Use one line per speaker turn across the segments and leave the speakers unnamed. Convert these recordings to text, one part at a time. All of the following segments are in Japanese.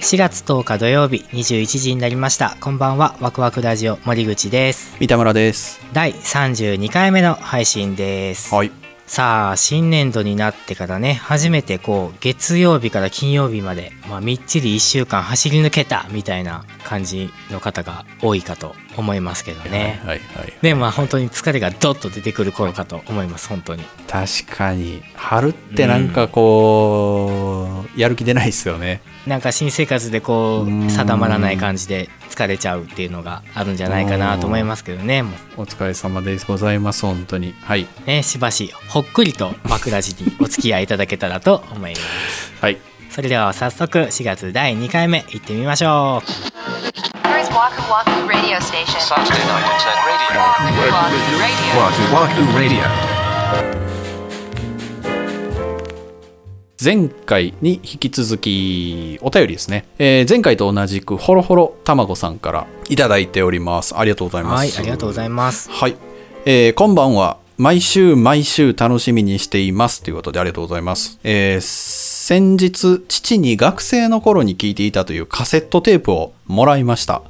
4月10日土曜日21時になりましたこんばんはワクワクラジオ森口です
三田村です。
第32回目の配信です、
はい。
さあ新年度になってからね初めてこう月曜日から金曜日まで、まあ、みっちり1週間走り抜けたみたいな感じの方が多いかと思いますけどね、
はいはい。
でまあ本当に疲れがドッと出てくる頃かと思います本当に
確かに、春ってなんかこう、やる気出ないですよね。
なんか新生活でこ
うん
う定まらない感じで疲れちゃうっていうのがあるんじゃないかなと思いますけどねも
お疲れ様でございます、本当に。はい。
うねしばしほっくりと枕地にお付き合いいただけたらと思います
はい。
それでは早速4月第2回目いってみましょう
First Waku Waku Radio Station.
Saturday night at radio.
Waku Waku Radio.
Wahoo Wahoo Radio.
前回に引き続き、お便りですね。えー前回と同じく、ほろほろたまごさんからいただいております。ありがとうございます。
はいありがとうございます
はい、えーこんばんは毎週毎週楽しみにしていますということでありがとうございます、えー先日父に学生の頃に聞いていたというカセットテープをもらいました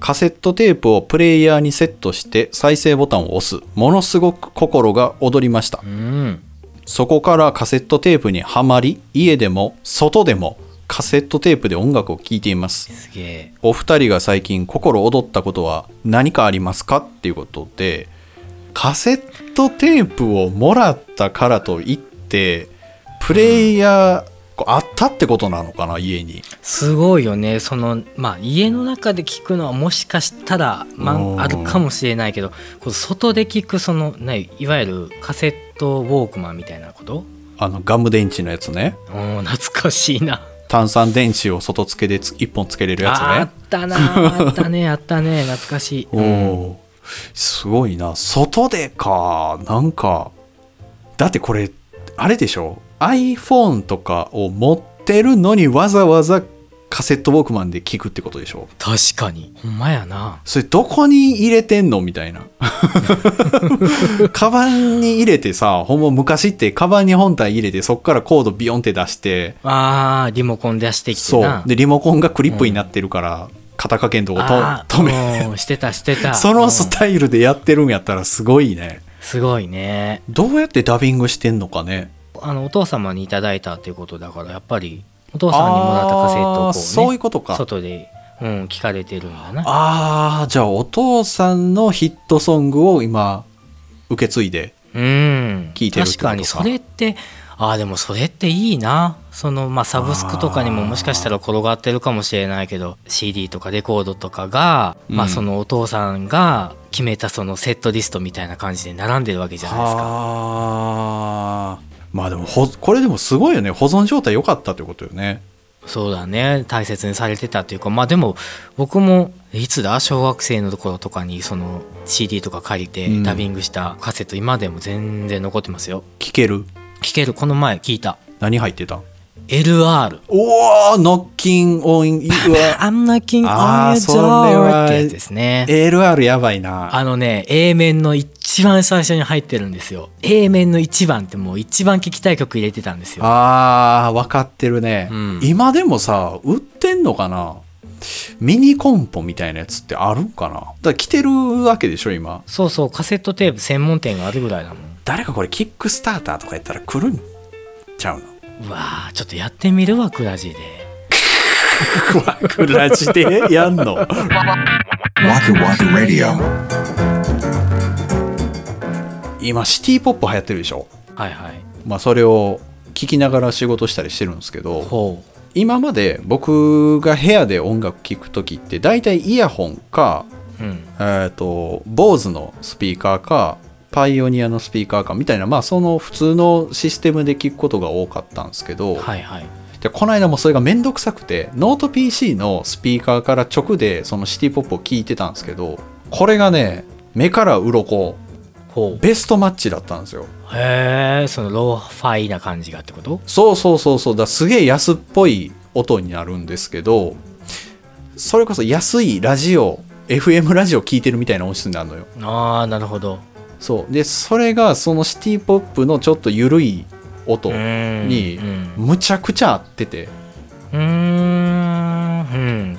カセットテープをプレイヤーにセットして再生ボタンを押すものすごく心が躍りました
うん
そこからカセットテープにはまり家でも外でもカセットテープで音楽を聴いています
すげえ
お二人が最近心躍ったことは何かありますかっていうことでカセットテープをもらったからといってプレイヤーこうあったってことなのかな家に
すごいよねそのまあ家の中で聞くのはもしかしたら、ま
おー
あ、あるかもしれないけどこう外で聞くそのないいわゆるカセットウォークマンみたいなこと
あのガム電池のやつね
うん懐かしいな、
炭酸電池を外付けでつ1本つけれるやつ
ああっ
ね
たなあったねあったね懐かしい、
お
うん
おーすごいな外でかなんかだってこれあれでしょ iPhone とかを持ってるのにわざわざカセットウォークマンで聞くってことでしょ
確かにほんまやな
それどこに入れてんのみたいな カバンに入れてさほんま昔ってカバンに本体入れてそっからコードビヨンって出して
あーリモコン出してきて
そ
な
うでリモコンがクリップになってるから、肩掛けんとこ止
あー
止め
うんしてたしてた
そのス
うん
タイルでやってるんやったらすごいね、
すごいね
どうやってダビングしてんのかね
あのお父様にいただいたということだからやっぱりお父さんにもらったカセットをこう、ね、
あーそういうことか
外で、うん、聞かれてるんだな
ああじゃあお父さんのヒットソングを今受け継いで
うん
聞いてるってことか
確かにそれってああでもそれっていいなそのまあサブスクとかにも
あー
もしかしたら転がってるかもしれないけど CD とかレコードとかが、ま
う
あ
ん
そのお父さんが決めたそのセットリストみたいな感じで並んでるわけじゃないですか
はあまあでもほこれでもすごいよね保存状態良かったってことよね
そうだね大切にされてたというかまあでも僕もいつだ小学生の頃とかにその CD とか借りて
うん
ダビングしたカセット、今でも全然残ってますよ
聞ける
聞けるこの前聞いた
何入ってた
LR
おおノッキンオン
I'm knocking
あ
on
ー
your
それは
door ってやつですね
LR やばいな
あのね A 面の一番最初に入ってるんですよ A 面の一番ってもう一番聴きたい曲入れてたんですよ
あー分かってるね、
うん
今でもさ売ってんのかなミニコンポみたいなやつってあるんかなだから来てるわけでしょ今
そうそうカセットテープ専門店があるぐらいだもん
誰かこれキックスターターとかやったら来るんちゃうの
うわーちょっとやってみるわクラジーで。
クラジでやんの
Wahoo Wahoo Radio.
今シティポップ流行ってるでしょ
はいはい
まあ、それを聞きながら仕事したりしてるんですけど
ほ
今まで僕が部屋で音楽聴く時って大体イヤホンか、
う、うん、
えー、と BOSE のスピーカーかパイオニアのスピーカーかみたいな、まあ、その普通のシステムで聞くことが多かったんですけど、
はいはい
でこの間もそれがめんどくさくてノート PC のスピーカーから直でそのシティポップを聞いてたんですけどこれがね目から鱗
ほ
ベストマッチだったんですよ
うへえそのローファイな感じがってこと
そうそうそうそうだすげえ安っぽい音になるんですけどそれこそ安いラジオ FM ラジオ聴いてるみたいな音質になるのよ
ああなるほど
そうでそれがそのシティポップのちょっと緩い音
うん
に
うん
むちゃくちゃ合ってて
うーんう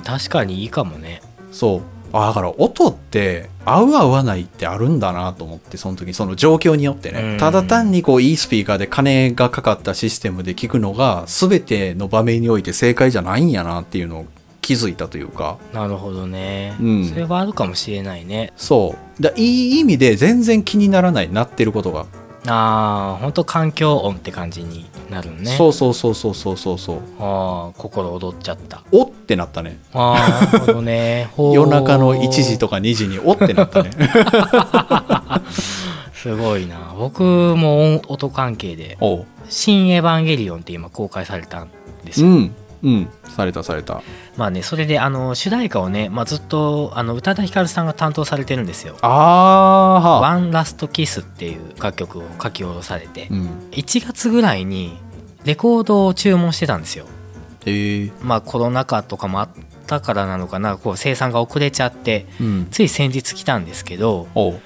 ん確かにいいかもね
そうあだから音って合う合わないってあるんだなと思ってその時その状況によってね、
うん
ただ単にこういいスピーカーで金がかかったシステムで聞くのが全ての場面において正解じゃないんやなっていうのを気づいたというか
なるほどね、
うん
それはあるかもしれないね
そうだいい意味で全然気にならないなってることが、
ああほんと環境音って感じになるね
そうそうそうそうそうそうそう
ああ心躍っちゃった
おってなったね
ああなるほどねほう
夜中の1時とか2時におってなったね
すごいな僕も音音関係で
おう
「新エヴァンゲリオン」って今公開されたんです
う
よ、
んうんされたされた
まあねそれであの主題歌をね、まあ、ずっとあの宇多田ヒカルさんが担当されてるんですよ
ああ
「
はあ
ワンラストキスっていう楽曲を書き下ろされて
うん
1月ぐらいにレコードを注文してたんですよ
えー、
まあコロナ禍とかもあったからなのかなこう生産が遅れちゃって
うん
つい先日来たんですけど、
おう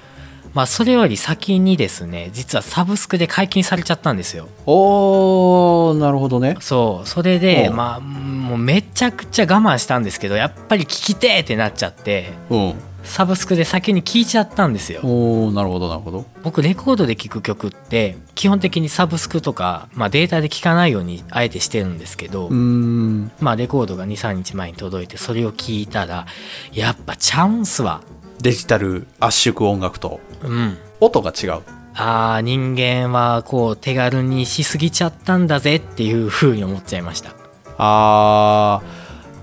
まあ、それより先にですね実はサブスクで解禁されちゃったんですよ
おーなるほどね
そうそれで
おう
まあもうめちゃくちゃ我慢したんですけどやっぱり聞きてーってなっちゃって
うん
サブスクで先に聞いちゃったんですよ
おーなるほどなるほど
僕レコードで聴く曲って基本的にサブスクとか、まあ、データで聴かないようにあえてしてるんですけど、
うーん
まあ、レコードが23日前に届いてそれを聴いたらやっぱチャンスは
デジタル圧縮音楽と
うん
音が違う
あー人間はこう手軽にしすぎちゃったんだぜっていう風に思っちゃいました
あ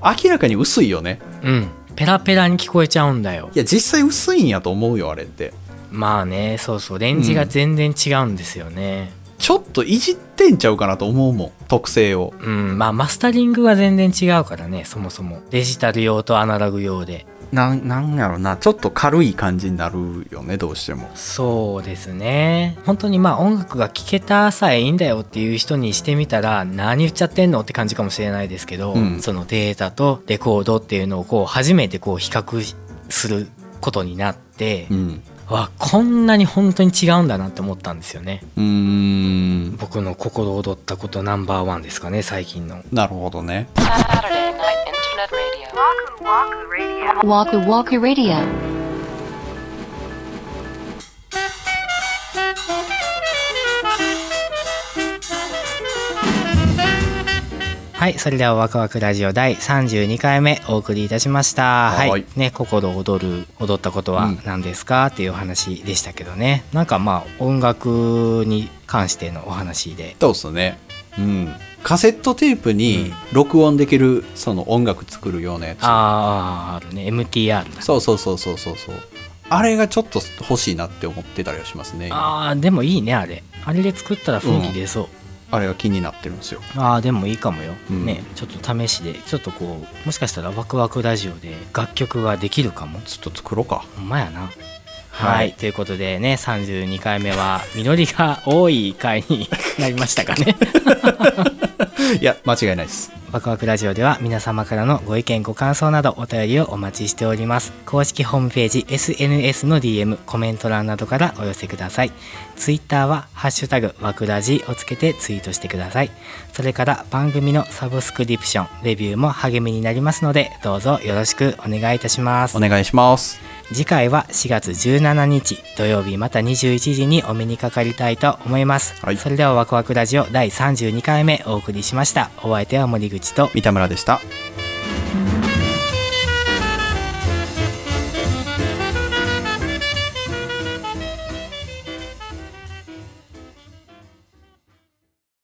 ー明らかに薄いよね
うんペラペラに聞こえちゃうんだよ
いや実際薄いんやと思うよあれって
まあねそうそうレンジが全然違うんですよね
ちょっといじってんちゃうかなと思うもん特性を
うん、まあマスタリングが全然違うからねそもそもデジタル用とアナログ用で
なんなんやろなちょっと軽い感じになるよねどうしても
そうですね本当にまあ音楽が聴けたさえいいんだよっていう人にしてみたら何言っちゃってんのって感じかもしれないですけど、
うん
そのデータとレコードっていうのをこう初めてこう比較することになって、
うん
わこんなに本当に違うんだなって思ったんですよね
うーん
僕の心躍ったことナンバーワンですかね最近の
なるほどね
Saturday night internet radio. Waku Waku Radio.
はいそれではワクワクラジオ第32回目お送りいたしましたは、
はいい
ね心躍る踊ったことは
うん
何ですか、っていうお話でしたけどねなんかまあ音楽に関してのお話で
そうっすねうんカセットテープに録音できるその音楽作るようなやつ
あーあるね MTR だ
そうそうそうそうそうそうあれがちょっと欲しいなって思ってたりはしますねあ
あーでもいいねあれあれで作ったら雰囲気出そう、
れが気になってるんですよ
あーでもいいかもよ、
うん
ねちょっと試しでちょっとこうもしかしたらワクワクラジオで楽曲ができるかも
ちょっと作ろうか
ほんまやなはい、
はい
ということでね32回目は実りが多い回に なりましたかね
いや間違いないです
ワクワクラジオでは皆様からのご意見ご感想などお便りをお待ちしております公式ホームページ SNS の DM コメント欄などからお寄せください Twitter は「ハッシュタグワクラジ」をつけてツイートしてくださいそれから番組のサブスクリプションレビューも励みになりますのでどうぞよろしくお願いいたします
お願いします
次回は4月17日土曜日また21時にお目にかかりたいと思います、
はい
それではワクワクラジオ第32回目お送りしましたお相手は森口と
三田村でした